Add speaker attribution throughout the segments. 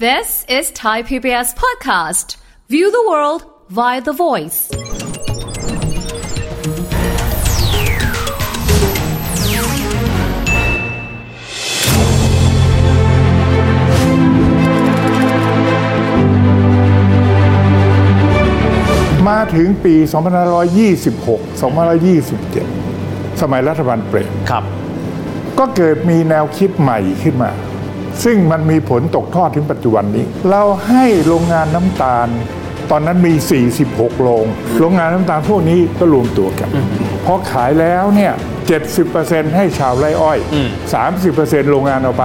Speaker 1: This is Thai PBS podcast. View the world via the voice.
Speaker 2: มาถึงปี 2526 2527 สมัยรัฐบาลเปรม
Speaker 3: ครับ
Speaker 2: ก็เกิดมีแนวคิดใหม่ขึ้นมา ซึ่งมันมีผลตกทอดถึงปัจจุบันนี้ เราให้โรงงานน้ำตาล ตอนนั้นมี 46 โรง โรงงานน้ำตาลพวกนี้ก็รวมตัวกัน พอขายแล้วเนี่ย 70%ให้ชาวไร่อ้อย 30%โรงงานเอาไป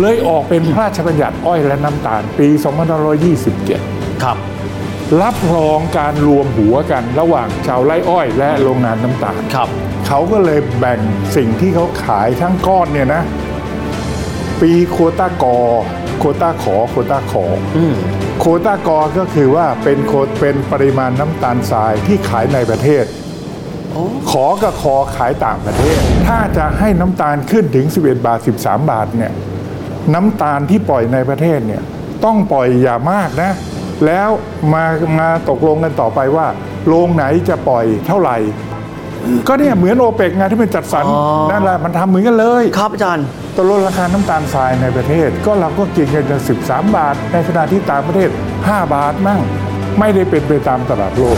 Speaker 2: เลยออกเป็นพระราชบัญญัติอ้อยและน้ำตาลปี 2527
Speaker 3: ครับ
Speaker 2: รับรองการรวมหัวกันระหว่างชาวไร่อ้อยและโรงงานน้ำตาล
Speaker 3: ครับ
Speaker 2: เขาก็เลยแบ่งสิ่งที่เขาขายทั้งก้อนเนี่ยนะ ปีโควต้ากอโควต้าขอโควต้าขออโควต้ากอก็คือว่าเป็นโควเป็นปริมาณน้ำตาลทรายที่ขายในประเทศ ขอกับคอขายต่างประเทศ ถ้าจะให้น้ำตาลขึ้นถึง 11 บาท 13 บาทเนี่ย น้ำตาลที่ปล่อยในประเทศเนี่ย ต้องปล่อยอย่ามากนะ แล้วมามาตกลงกันต่อไปว่า โรงไหนจะปล่อยเท่าไหร่ ก็เนี่ยเหมือนโอเปกไงานที่มันจัดสรรนั่นแหละมันทำเหมือนกันเลย
Speaker 3: ครับอาจารย์
Speaker 2: ตกลดราคาน้ำตาลทรายในประเทศ ก็เราก็กินกันจน13 บาท ในขณะที่ต่างประเทศ 5 บาทมั่ง ไม่ได้เป็นไปตามตลาดโลก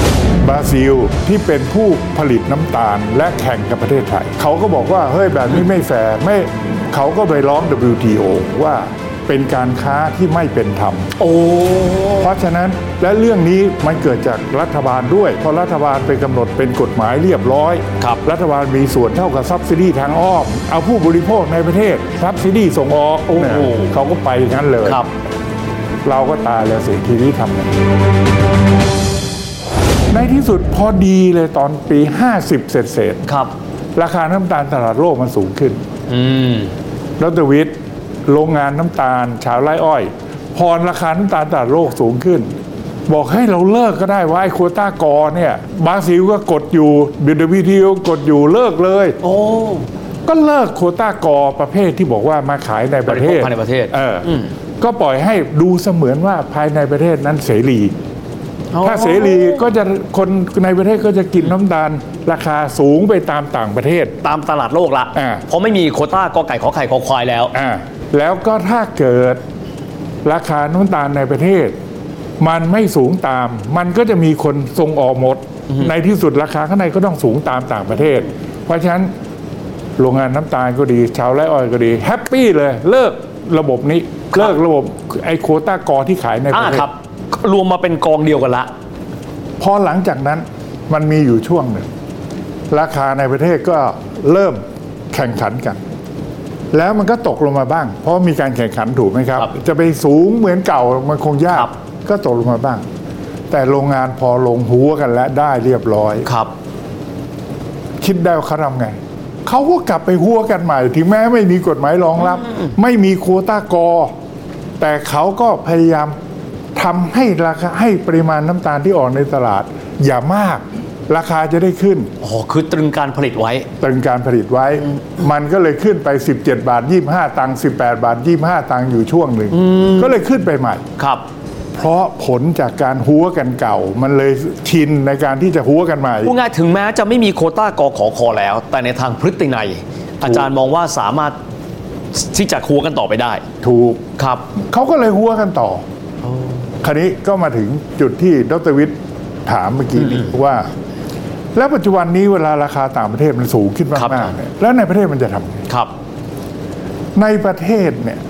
Speaker 2: บราซิลที่เป็นผู้ผลิตน้ำตาลและแข่งกับประเทศไทย เขาก็บอกว่าเฮ้ยแบบนี้ไม่แฟร์ไม่เขาก็ไปร้อง WTO ว่าเป็นการค้าที่ไม่เป็นธรรม
Speaker 3: โอ้
Speaker 2: เพราะฉะนั้นและเรื่องนี้มันเกิดจากรัฐบาลด้วย เพราะรัฐบาลไปกำหนดเป็นกฎหมายเรียบร้อย
Speaker 3: ครับ
Speaker 2: รัฐบาลมีส่วนเท่ากับซับซิดีทางอ้อม เอาผู้บริโภคในประเทศซับซิดีส่งออก
Speaker 3: โอ้
Speaker 2: น
Speaker 3: โห
Speaker 2: ะเขาก็ไปอย่างนั้นเลย
Speaker 3: ครับ
Speaker 2: เราก็ตายแล้วสิทีนี้ทำไงในที่สุดพอดีเลยตอนปี 50 เศษเศษ
Speaker 3: ครับ
Speaker 2: ๆราคาน้ำตาลตลาดโลกมันสูงขึ้น
Speaker 3: อืม
Speaker 2: รัตวิทย์โรงงานน้ำตาล ชาวไร่อ้อย พรราคาน้ำตาลตลาดโลกสูงขึ้น บอกให้เราเลิกก็ได้ว่าไอ้โควต้ากอเนี่ยบราซิลก็กดอยู่บิวเดวิทิวกดอยู่เลิกเลย
Speaker 3: โอ้
Speaker 2: ก็เลิกโควต้ากอประเภทที่บอกว่ามาขายในประเทศ
Speaker 3: บริโภคภายในประเทศ
Speaker 2: เอออก็ปล่อยให้ดูเสมือนว่าภายในประเทศนั้นเสรี
Speaker 3: อ๋อ
Speaker 2: ถ้าเสรีก็จะคนในประเทศก็จะกินน้ำตาลราคาสูงไปตามต่างประเทศ
Speaker 3: ตามตลาดโลกละ
Speaker 2: อ่า
Speaker 3: เพราะไม่มีโควต้ากอไก่ขอไข่ขอควายแล้ว
Speaker 2: อ่าแล้วก็ถ้าเกิดราคาน้ำตาลในประเทศ มันไม่สูงตาม มันก็จะมีคนส่งออกหมด ในที่สุดราคาข้างในก็ต้องสูงตามต่างประเทศ เพราะฉะนั้นโรงงานน้ำตาลก็ดี ชาวไร่อ้อยก็ดีแฮปปี้เลย เลิกระบบนี้ เลิกระบบไอโควต้ากอที่ขายในป
Speaker 3: อ่า
Speaker 2: ระเท
Speaker 3: ค
Speaker 2: ศ
Speaker 3: รับ รวมมาเป็นกองเดียวกันละ
Speaker 2: พอหลังจากนั้นมันมีอยู่ช่วงหนึ่ง ราคาในประเทศก็เริ่มแข่งขันกัน แล้วมันก็ตกลงมาบ้าง เพราะมีการแข่งขันถูกไหมครับ
Speaker 3: ครับ
Speaker 2: จะไปสูงเหมือนเก่ามันคงยา
Speaker 3: ค
Speaker 2: ก
Speaker 3: รับ
Speaker 2: ก็ตกลงมาบ้าง แต่โรงงานพอลงหัวกันและได้เรียบร้อย
Speaker 3: ครับ
Speaker 2: คิดได้ว่าเขาทำไง เขาก็กลับไปหัวกันใหม่ ถึงแม้ไม่มีกฎหมายรองรับ ไม่มีโควต้ากอ แต่เขาก็พยายามทำให้ราคาให้ปริมาณน้ำตาลที่ออกในตลาด อย่ามาก ราคาจะได้ขึ้น
Speaker 3: โอ้โหคือตรึงการผลิตไว้
Speaker 2: ตรึงการผลิตไว้ มันก็เลยขึ้นไป 17 บาท 25 ตังค์18 บาท 25 ตังค์อยู่ช่วงหนึ่ง ก็เลยขึ้นไปใหม่
Speaker 3: ครับ
Speaker 2: เพราะผลจากการหัวกันเก่า มันเลยชินในการที่จะหัวกันใหม่
Speaker 3: พูดง่ายถึงแม้จะไม่มีโควต้ากอขอคอแล้ว แต่ในทางพฤตินัย อาจารย์มองว่าสามารถที่จะคัวกันต่อไปได้
Speaker 2: ถูก
Speaker 3: ครับ
Speaker 2: เขาก็เลยหัวกันต่ออคราวนี้ก็มาถึงจุดที่ดรวิทย์ถามเมื่อกี้นี้ว่า แล้วปัจจุบันนี้เวลาราคาต่างประเทศมันสูงขึ้น
Speaker 3: ครับ
Speaker 2: มากๆเนี่ยแล้วในประเทศมันจะทำไง
Speaker 3: ครับ
Speaker 2: ในประเทศเนี่ย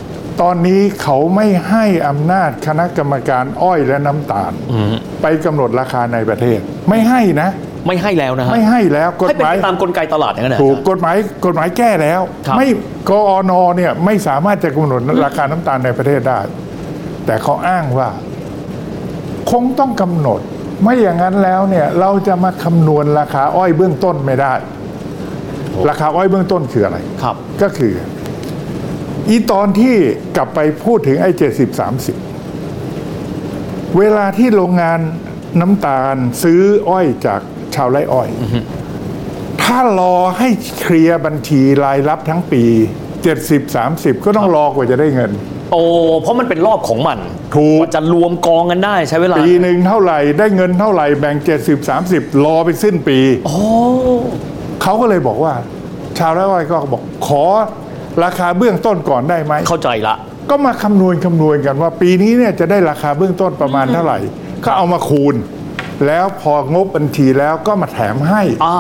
Speaker 2: ตอนนี้เขาไม่ให้อำนาจคณะกรรมการอ้อยและน้ำตาลไปกำหนดราคาในประเทศ ไม่ให้นะ
Speaker 3: ไม่ให้แล้วนะฮะ
Speaker 2: ไม่ให้แล้วกฎ
Speaker 3: ให้เป็
Speaker 2: ห
Speaker 3: น
Speaker 2: มาย
Speaker 3: ไปตามกลไกตลาดอย่างนั้นนะ
Speaker 2: ถูกกฎหมายกฎหมายแก้แล้ว
Speaker 3: ครับ
Speaker 2: ไม่กอนเนี่ยไม่สามารถจะกำหนดราคาน้ำตาลในประเทศได้ แต่เขาอ้างว่า คงต้องกำหนด ไม่อย่างนั้นแล้วเนี่ยเราจะมาคำนวณราคาอ้อยเบื้องต้นไม่ได้ ราคาอ้อยเบื้องต้นคืออะไร
Speaker 3: ครับ
Speaker 2: ก็คือ อีตอนที่กลับไปพูดถึงไอ้เจ็ดสิบสามสิบเวลาที่โรงงานน้ำตาลซื้ออ้อยจากชาวไร่อ้อย ถ้ารอให้เคลียร์บัญชีรายรับทั้งปี 70-30 ก็ต้องรอกว่าจะได้เงิน
Speaker 3: โอ้เพราะมันเป็นรอบของมัน
Speaker 2: ถูก
Speaker 3: ว่าจะรวมกองกันได้ใช้เวลา
Speaker 2: ปีหนึ่งเท่าไหร่ ได้เงินเท่าไหร่ แบ่ง 70 30 รอไปสิ้นปี
Speaker 3: โอ้
Speaker 2: เขาก็เลยบอกว่า ชาวไร่อ้อยก็บอกขอราคาเบื้องต้นก่อนได้ไหม
Speaker 3: เข้าใจละ
Speaker 2: ก็มาคำนวณคำนวณกันว่าปีนี้เนี่ยจะได้ราคาเบื้องต้นประมาณเท่าไหร่ ก็เอามาคูณ แล้วพองบบัญชีแล้วก็มาแถมให้
Speaker 3: อ่า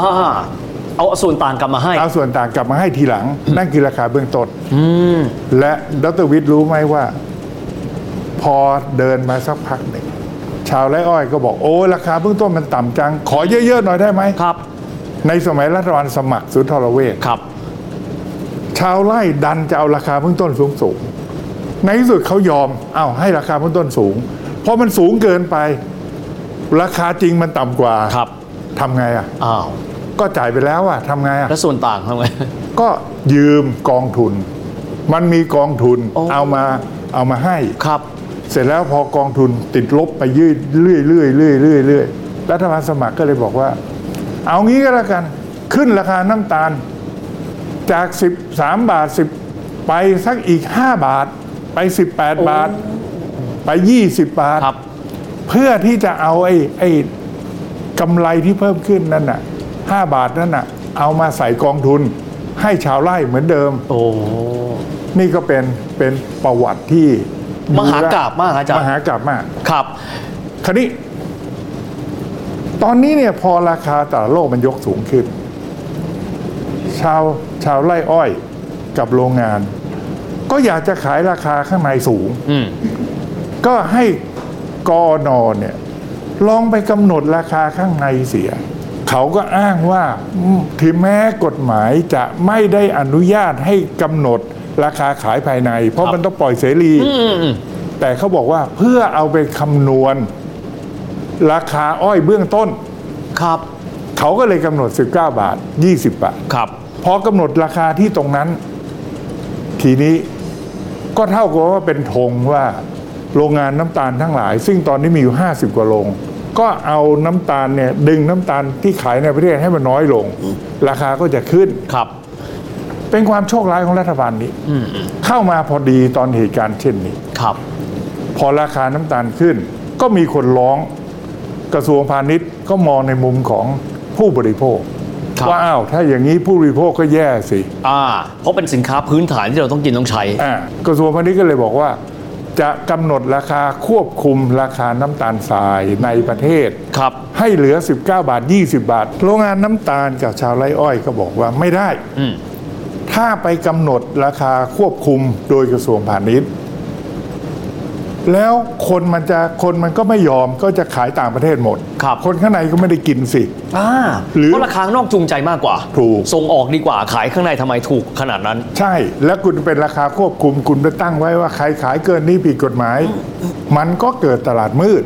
Speaker 3: เอาส่วนต่างกลับมาให้
Speaker 2: เอาส่วนต่างกลับมาให้ทีหลัง นั่นคือราคาเบื้องต้นและดรวิทย์รู้ไหมว่า พอเดินมาสักพักหนึ่งชาวไร่อ้อยก็บอกโอ้ราคาเบื้องต้นมันต่ำจัง ขอเยอะๆหน่อยได้ไหม
Speaker 3: ครับ
Speaker 2: ในสมัยรัฐบาลสมัครสุนทรเวช
Speaker 3: ครับ
Speaker 2: ชาวไร่ดันจะเอาราคาเบื้องต้นสูงสูงๆในที่สุดเขายอมเอาให้ราคาเบื้องต้นสูง เพราะมันสูงเกินไป ราคาจริงมันต่ำกว่า
Speaker 3: ครับ
Speaker 2: ทำไงอ่ะ
Speaker 3: อ้าว
Speaker 2: ก็จ่ายไปแล้วอ่ะทำไงอ่ะ
Speaker 3: แล้วส่วนต่างทำไง
Speaker 2: ก็ยืมกองทุน มันมีกองทุน
Speaker 3: โอ้
Speaker 2: เอามาเอามาให้
Speaker 3: ครับ
Speaker 2: เสร็จแล้วพอกองทุนติดลบไปยืดเรื่อยเรื่อยเรื่อยเรื่อยเรื่อยรัฐบาลสมัครก็เลยบอกว่า เอางี้ก็แล้วกัน ขึ้นราคาน้ำตาล จาก 13 บาท 10 ไปสักอีก 5 บาท ไป 18 บาท ไป 20 บาท
Speaker 3: ครับ
Speaker 2: เพื่อที่จะเอาไอ้ไอ้กำไรที่เพิ่มขึ้นนั่นน่ะห้าบาทนั่นน่ะ เอามาใส่กองทุน ให้ชาวไร่เหมือนเดิม
Speaker 3: โอ้
Speaker 2: นี่ก็เป็นเป็นประวัติที่
Speaker 3: มหากาพย์มากอาจารย์
Speaker 2: มหากาพย์มาก
Speaker 3: ครับ
Speaker 2: คราวนี้ ตอนนี้เนี่ยพอราคาตลาดโลกมันยกสูงขึ้น ชาวชาวไร่อ้อยกับโรงงาน ก็อยากจะขายราคาข้างในสูง
Speaker 3: อืม
Speaker 2: ก็ให้กอนอเนี่ยลองไปกำหนดราคาข้างในเสีย เขาก็อ้างว่าอืมถึงแม้กฎหมายจะไม่ได้อนุญาตให้กำหนดราคาขายภายใน เพราะมันต้องปล่อยเสรี
Speaker 3: อืมอืม
Speaker 2: แต่เขาบอกว่าเพื่อเอาไปคำนวณ ราคาอ้อยเบื้องต้น
Speaker 3: ครับ
Speaker 2: เขาก็เลยกำหนด 19 บาท 20 บาท
Speaker 3: ครับ
Speaker 2: พอกำหนดราคาที่ตรงนั้น ทีนี้ก็เท่ากับว่าเป็นธงว่าโรงงานน้ำตาลทั้งหลาย ซึ่งตอนนี้มีอยู่ 50 กว่าโรง ก็เอาน้ำตาลเนี่ยดึงน้ำตาลที่ขายในประเทศให้มันน้อยลง ราคาก็จะขึ้น
Speaker 3: ครับ
Speaker 2: เป็นความโชคร้ายของรัฐบาลนี้เข้ามาพอดีตอนเหตุการณ์เช่นนี้
Speaker 3: ครับ
Speaker 2: พอราคาน้ำตาลขึ้น ก็มีคนร้องกระทรวงพาณิชย์ก็มองในมุมของผู้บริโภค
Speaker 3: ครับ
Speaker 2: ว่าอ้าวถ้าอย่างนี้ผู้บริโภคก็แย่สิ
Speaker 3: อ่า เพราะเป็นสินค้าพื้นฐานที่เราต้องกินต้องใช้
Speaker 2: อ่ากระทรวงพาณิชย์ก็เลยบอกว่า จะกำหนดราคาควบคุมราคาน้ำตาลทรายในประเทศ
Speaker 3: ครับ
Speaker 2: ให้เหลือ 19 บาท 20 บาท โรงงานน้ำตาลกับชาวไร่อ้อยก็บอกว่าไม่ได้
Speaker 3: อืม
Speaker 2: ถ้าไปกำหนดราคาควบคุมโดยกระทรวงพาณิชย์ แล้วคนมันจะคนมันก็ไม่ยอมก็จะขายต่างประเทศหมด
Speaker 3: ครับ
Speaker 2: คนข้างในก็ไม่ได้กินสิ
Speaker 3: อ่า
Speaker 2: หรือ
Speaker 3: เพราะราคาข้างนอกจูงใจมากกว่า
Speaker 2: ถูก
Speaker 3: ส่งออกดีกว่าขายข้างในทำไมถูกขนาดนั้น
Speaker 2: ใช่ แล้วคุณเป็นราคาควบคุม คุณไปตั้งไว้ว่าใครขายเกินนี้ผิดกฎหมาย มันก็เกิดตลาดมืด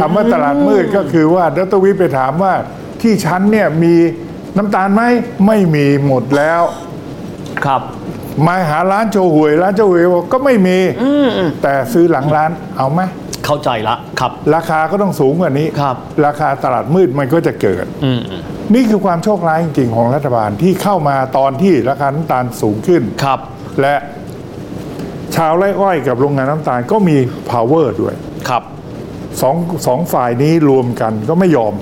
Speaker 2: คำว่าตลาดมืดก็คือว่าดรวิทย์ไปถามว่า ที่ชั้นเนี่ยมีน้ำตาลไหมไม่มีหมดแล้ว
Speaker 3: ครับ
Speaker 2: มาหาร้านโชห่วย ร้านโชห่วยบอกก็ไม่มีแต่ซื้อหลังร้านเอาไหม
Speaker 3: เข้าใจละครับ
Speaker 2: ราคาก็ต้องสูงกว่านี้
Speaker 3: ครับ
Speaker 2: คาตลาดมืดมันก็จะเกิด
Speaker 3: อืมอืม
Speaker 2: นี่คือความโชคร้ายจริงๆของรัฐบาลที่เข้ามาตอนที่ราคาน้ำตาลสูงขึ้น
Speaker 3: ครับ
Speaker 2: และชาวไร่อ้อยกับโรงงานน้ำตาลก็มี power ด้วย
Speaker 3: ครับ
Speaker 2: สองสองฝ่ายนี้รวมกันก็ไม่ยอม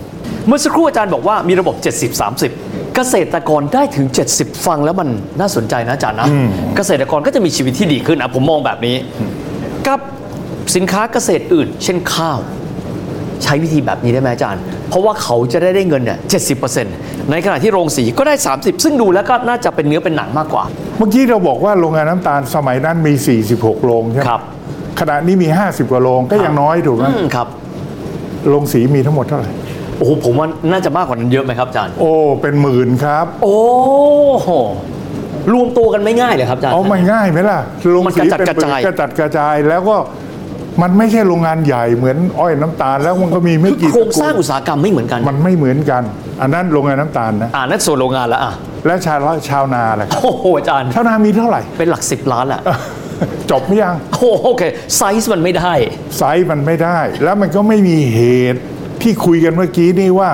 Speaker 3: เมื่อสักครู่อาจารย์บอกว่ามีระบบ 70 30 เกษตรกรได้ถึง 70 ฟังแล้วมันน่าสนใจนะอาจารย์นะ เกษตรกรก็จะมีชีวิตที่ดีขึ้นอ่ะผมมองแบบนี้ กับสินค้าเกษตรอื่น เช่นข้าว ใช้วิธีแบบนี้ได้ไหมอาจารย์ เพราะว่าเขาจะได้ได้เงินเนี่ยเจในขณะที่โรงสีก็ได้ 30 ซึ่งดูแล้วก็น่าจะเป็นเนื้อเป็นหนังมากกว่า
Speaker 2: เมื่อกี้เราบอกว่าโรงงานน้ำตาลสมัยนั้นมี 46 โรงใช่ไหม
Speaker 3: ครับ
Speaker 2: ขณะนี้มี 50 กว่าโรงก็ยังน้อยถูกไหม
Speaker 3: อืมครับ
Speaker 2: โรงสีมีทั้งหมดเท่าไหร่
Speaker 3: โอ้โหผมว่าน่าจะมากกว่านั้นเยอะไหมครับอาจารย์
Speaker 2: โอ้ เป็นหมื่นครับ
Speaker 3: โอ้โหรวมตัวกันไม่ง่ายเลยครับอาจารย์
Speaker 2: เอามันง่ายไหมล่ะโรงสี
Speaker 3: มัน
Speaker 2: เป็น
Speaker 3: กระจัดกระจาย
Speaker 2: กระจัดกระจายแล้วก็มันไม่ใช่โรงงานใหญ่เหมือนอ้อยน้ำตาล แล้วมันก็มีไม่
Speaker 3: คือ
Speaker 2: กี่
Speaker 3: โครงสร้าง
Speaker 2: ตะกูล
Speaker 3: อุตสาหกรรมไม่เหมือนกัน
Speaker 2: มันไม่เหมือนกัน อันนั้นโรงงานน้ำตาลนะ
Speaker 3: อ่านั่นส่วนโรงงานละอ่ะ
Speaker 2: และชาวไร่ชาวนาแหละครับ
Speaker 3: โอ้โหอาจารย์
Speaker 2: ชาวนามีเท่าไหร่
Speaker 3: เป็นหลักสิบล้านละ
Speaker 2: จบไม่ยัง
Speaker 3: โอ้โหโอเคไซส์มันไม่ได้
Speaker 2: ไซส์มันไม่ได้ แล้วมันก็ไม่มีเหตุที่คุยกันเมื่อกี้นี่ว่า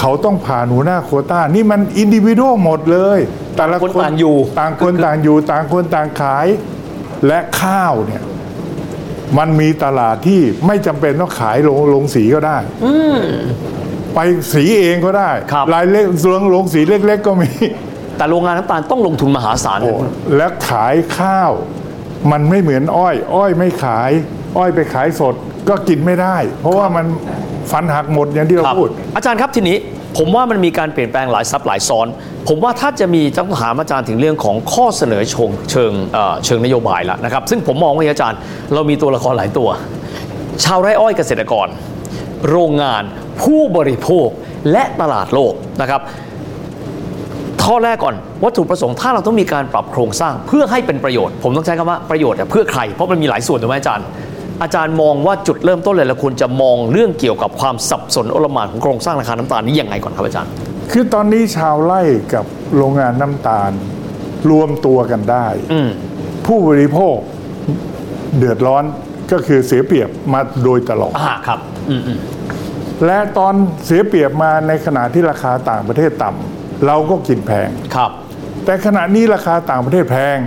Speaker 2: เขาต้องผ่านหัวหน้าโควต้า นี่มันอินดิวิโดหมดเลย แต่ละ
Speaker 3: คนต่างอยู่
Speaker 2: ต่างคนต่างอยู่ต่างคนต่างขาย และข้าวเนี่ย มันมีตลาดที่ไม่จำเป็นต้องขายโรงโรงสีก็ได้ไปสีเองก็ได้
Speaker 3: ครับ
Speaker 2: รายเล็กโรงโรงสีเล็ก ๆ ก็มี
Speaker 3: แต่โรงงานน้ำตาลต้องลงทุนมหาศาล
Speaker 2: โอ้และขายข้าว มันไม่เหมือนอ้อย อ้อยไม่ขาย อ้อยไปขายสดก็กินไม่ได้ เพราะว่ามันฟันหักหมดอย่างที่เรา
Speaker 3: ครับ
Speaker 2: พูด
Speaker 3: อาจารย์ครับทีนี้ผมว่ามันมีการเปลี่ยนแปลงหลายซับหลายซ้อน ผมว่าถ้าจะมีต้องถามอาจารย์ถึงเรื่องของข้อเสนอเชงเชิงเอ่อเชิงนโยบายแล้วนะครับ ซึ่งผมมองว่าอาจารย์ เรามีตัวละครหลายตัว ชาวไร่อ้อยเกษตรกร โรงงาน ผู้บริโภคและตลาดโลกนะครับ ข้อแรกก่อนวัตถุประสงค์ถ้าเราต้องมีการปรับโครงสร้างเพื่อให้เป็นประโยชน์ ผมต้องใช้คำว่าประโยชน์อะเพื่อใคร เพราะมันมีหลายส่วนถูกไหมอาจารย์ อาจารย์มองว่าจุดเริ่มต้นเลยเราควรจะมองเรื่องเกี่ยวกับความสับสนโอลหมานของโครงสร้างราคาน้ำตาลนี้ยังไงก่อนครับอาจารย์
Speaker 2: คือตอนนี้ชาวไร่กับโรงงานน้ำตาล รวมตัวกันได้
Speaker 3: อืม
Speaker 2: ผู้บริโภคเดือดร้อนก็คือเสียเปรียบมาโดยตลอด
Speaker 3: อ่าครับ อืมอืม
Speaker 2: และตอนเสียเปรียบมาในขณะที่ราคาต่างประเทศต่ำเราก็กินแพง
Speaker 3: ครับ
Speaker 2: แต่ขณะนี้ราคาต่างประเทศแพง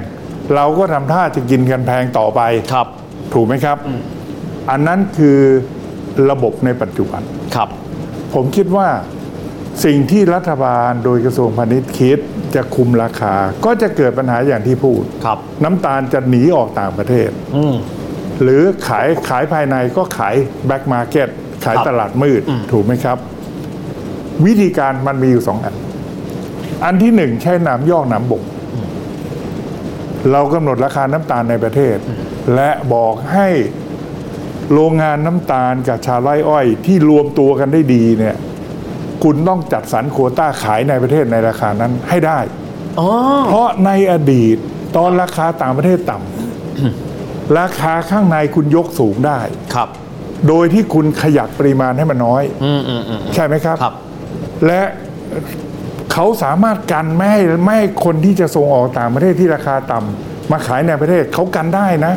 Speaker 2: เราก็ทำท่าจะกินกันแพงต่อไป
Speaker 3: ครับ
Speaker 2: ถูกไหมครับ อันนั้นคือระบบในปัจจุบัน
Speaker 3: ครับ
Speaker 2: ผมคิดว่าสิ่งที่รัฐบาลโดยกระทรวงพาณิชย์คิดจะคุมราคา ก็จะเกิดปัญหาอย่างที่พูด
Speaker 3: ครับ
Speaker 2: น้ำตาลจะหนีออกต่างประเทศ
Speaker 3: อืม
Speaker 2: หรือขายขายภายในก็ขายแบ็ k มาร์เก็ตขาย
Speaker 3: ครับ
Speaker 2: ตลาดมืด ถูกไหมครับ วิธีการมันมีอยู่สองอัน อันที่หนึ่งใช้น้ำยอกน้ำบก เรากำหนดราคาน้ำตาลในประเทศ และบอกให้โรงงานน้ำตาลกับชาวไร่อ้อย ที่รวมตัวกันได้ดีเนี่ย คุณต้องจัดสรรโควต้าขายในประเทศในราคานั้นให้ได้
Speaker 3: อ๋อ
Speaker 2: เพราะในอดีตตอนราคาต่างประเทศต่ำ ราคาข้างในคุณยกสูงได้
Speaker 3: ครับ
Speaker 2: โดยที่คุณขยับปริมาณให้มันน้อย
Speaker 3: อืมอืมอืม
Speaker 2: ใช่ไหมครับ
Speaker 3: ครับ
Speaker 2: และเขาสามารถกันไม่ให้ไม่ให้คนที่จะส่งออกต่างประเทศที่ราคาต่ำมาขายในประเทศเขากันได้นะ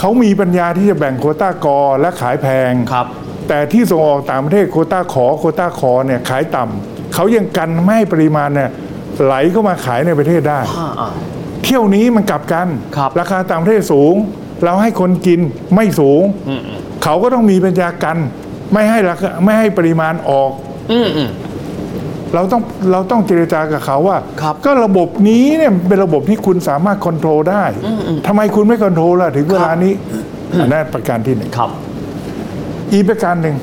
Speaker 2: เขามีปัญญาที่จะแบ่งโควต้ากอและขายแพง
Speaker 3: ครับ
Speaker 2: แต่ที่ส่งออกต่างประเทศโควต้าขอโควต้าขอเนี่ยขายต่ำเขายังกันไม่ให้ปริมาณเนี่ยไหลเข้ามาขายในประเทศได้
Speaker 3: อ่าอ่า
Speaker 2: เที่ยวนี้มันกลับกัน
Speaker 3: ครับ
Speaker 2: คาต่างประเทศสูง เราให้คนกินไม่สูง
Speaker 3: อืม
Speaker 2: เขาก็ต้องมีปัญญากัน ไม่ให้ราคาไม่ให้ปริมาณออก
Speaker 3: อืมอืม
Speaker 2: เราต้องเราต้องเจรจากับเขาว่า
Speaker 3: ครับ
Speaker 2: ก็ระบบนี้เนี่ยเป็นระบบที่คุณสามารถควบคุมได้ทำไมคุณไม่ควบคุมล่ะถึงเวลานี้อันนั้นประการที่หนึ่ง
Speaker 3: ครับ
Speaker 2: อีกประการหนึ่ง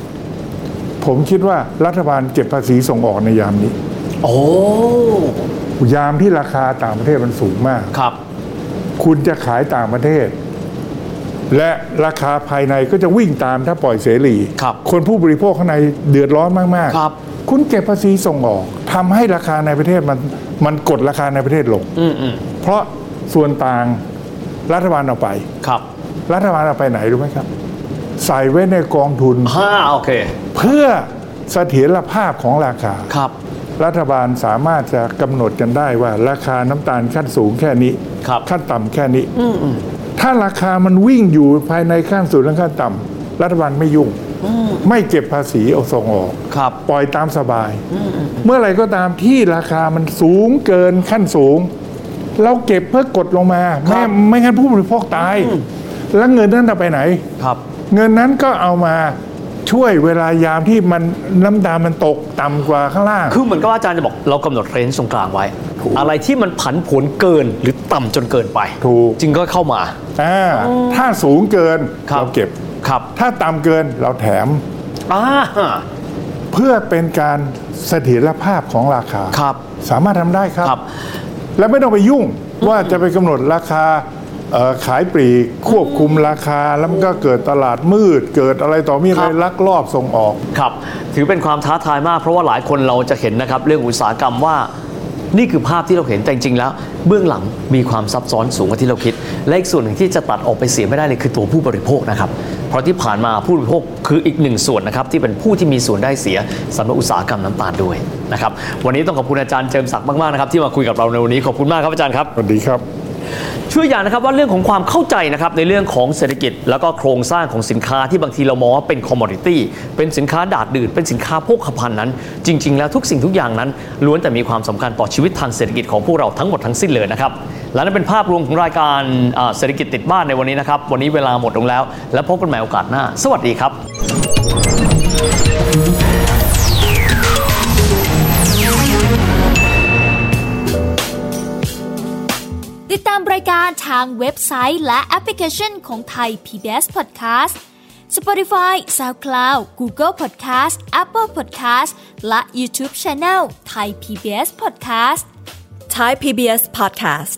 Speaker 2: ผมคิดว่ารัฐบาลเก็บภาษีส่งออกในยามนี้
Speaker 3: โอ้
Speaker 2: ยามที่ราคาต่างประเทศมันสูงมาก
Speaker 3: ครับ
Speaker 2: คุณจะขายต่างประเทศ และราคาภายในก็จะวิ่งตามถ้าปล่อยเสรี
Speaker 3: ครับ
Speaker 2: คนผู้บริโภคข้างในเดือดร้อนมากๆ
Speaker 3: ครับ
Speaker 2: คุณเก็บภาษีส่งออกทำให้ราคาในประเทศมันมันกดราคาในประเทศลง
Speaker 3: อืมอืม
Speaker 2: เพราะส่วนต่างรัฐบาลเอาไป
Speaker 3: ครับ
Speaker 2: รัฐบาลเอาไปไหนรู้ไหมครับ ใส่ไว้ในกองทุน
Speaker 3: ห้าโอเค
Speaker 2: เพื่อเสถียรภาพของราคา
Speaker 3: ครับ
Speaker 2: รัฐบาลสามารถจะกำหนดกันได้ว่า ราคาน้ำตาลขั้นสูงแค่นี้
Speaker 3: ครับ
Speaker 2: ขั้นต่ำแค่นี้ ถ้าราคามันวิ่งอยู่ภายในขั้นสูงและขั้นต่ำรัฐบาลไม่ยุ่ง ไม่เก็บภาษีเอาส่งออก
Speaker 3: ครับ
Speaker 2: ปล่อยตามสบาย เมื่อไหร่ก็ตามที่ราคามันสูงเกินขั้นสูง เราเก็บเพื่อกดลงมา
Speaker 3: ครั
Speaker 2: ไม่
Speaker 3: บ
Speaker 2: ไม่งั้นผู้บริโภคตาย แล้วเงินนั้นจะไปไหน
Speaker 3: ครับ
Speaker 2: เงินนั้นก็เอามาช่วยเวลายามที่มันน้ำตามันตกต่ำกว่าข้างล่าง
Speaker 3: คือเหมือนกับว่าอาจารย์จะบอกเรากำหนดเรนจ์ตรงกลางไว้ อะไรที่มันผันผวนเกินหรือต่ำจนเกินไป
Speaker 2: ถูก
Speaker 3: จึงก็เข้ามา
Speaker 2: อ่าถ้าสูงเกิน
Speaker 3: ครับ
Speaker 2: เราเก็บ
Speaker 3: ครับ
Speaker 2: ถ้าต่ำเกินเราแถม
Speaker 3: อ่า
Speaker 2: เพื่อเป็นการเสถียรภาพของราคา
Speaker 3: ครับ
Speaker 2: สามารถทำได้ครับ
Speaker 3: ครับ
Speaker 2: และไม่ต้องไปยุ่งว่าจะไปกำหนดราคาเอ่อขายปลีกควบคุมราคาแล้วมันก็เกิดตลาดมืด เกิดอะไรต่อมีอะไร
Speaker 3: ครับ
Speaker 2: ลักลอบส่งออก
Speaker 3: ครับ ถือเป็นความท้าทายมาก เพราะว่าหลายคนเราจะเห็นนะครับ เรื่องอุตสาหกรรมว่า นี่คือภาพที่เราเห็นแต่จริงๆแล้ว เบื้องหลังมีความซับซ้อนสูงกว่าที่เราคิด และอีกส่วนหนึ่งที่จะตัดออกไปเสียไม่ได้เลยคือตัวผู้บริโภคนะครับ เพราะที่ผ่านมาผู้บริโภคคืออีกหนึ่งส่วนนะครับที่เป็นผู้ที่มีส่วนได้เสียสำหรับอุตสาหกรรมน้ำตาลด้วยนะครับวันนี้ต้องขอบคุณอาจารย์เจิมศักดิ์มากๆนะครับที่มาคุยกับเราในวันนี้ขอบคุณมากครับอาจารย์ครับ
Speaker 2: สวัสดีครับ
Speaker 3: ช่วยอย่างนะครับว่าเรื่องของความเข้าใจนะครับในเรื่องของเศรษฐกิจ แล้วก็โครงสร้างของสินค้าที่บางทีเรามองว่าเป็นคอมมอดิตี้เป็นสินค้าดาดดื่นเป็นสินค้าโภคภัณฑ์นั้น จริง ๆ แล้วทุกสิ่งทุกอย่างนั้นล้วนแต่มีความสำคัญต่อชีวิตทางเศรษฐกิจของพวกเราทั้งหมดทั้งสิ้นเลยนะครับ และนั่นเป็นภาพรวมของรายการอ่าเศรษฐกิจติดบ้านในวันนี้นะครับ วันนี้เวลาหมดลงแล้ว แล้วพบกันใหม่โอกาสหน้า สวัสดีครับ
Speaker 4: ติดตามรายการทางเว็บไซต์และแอปพลิเคชันของไทย PBS Podcast Spotify SoundCloud Google Podcast Apple Podcast และ YouTube Channel ไทย PBS Podcast
Speaker 1: Thai PBS Podcast.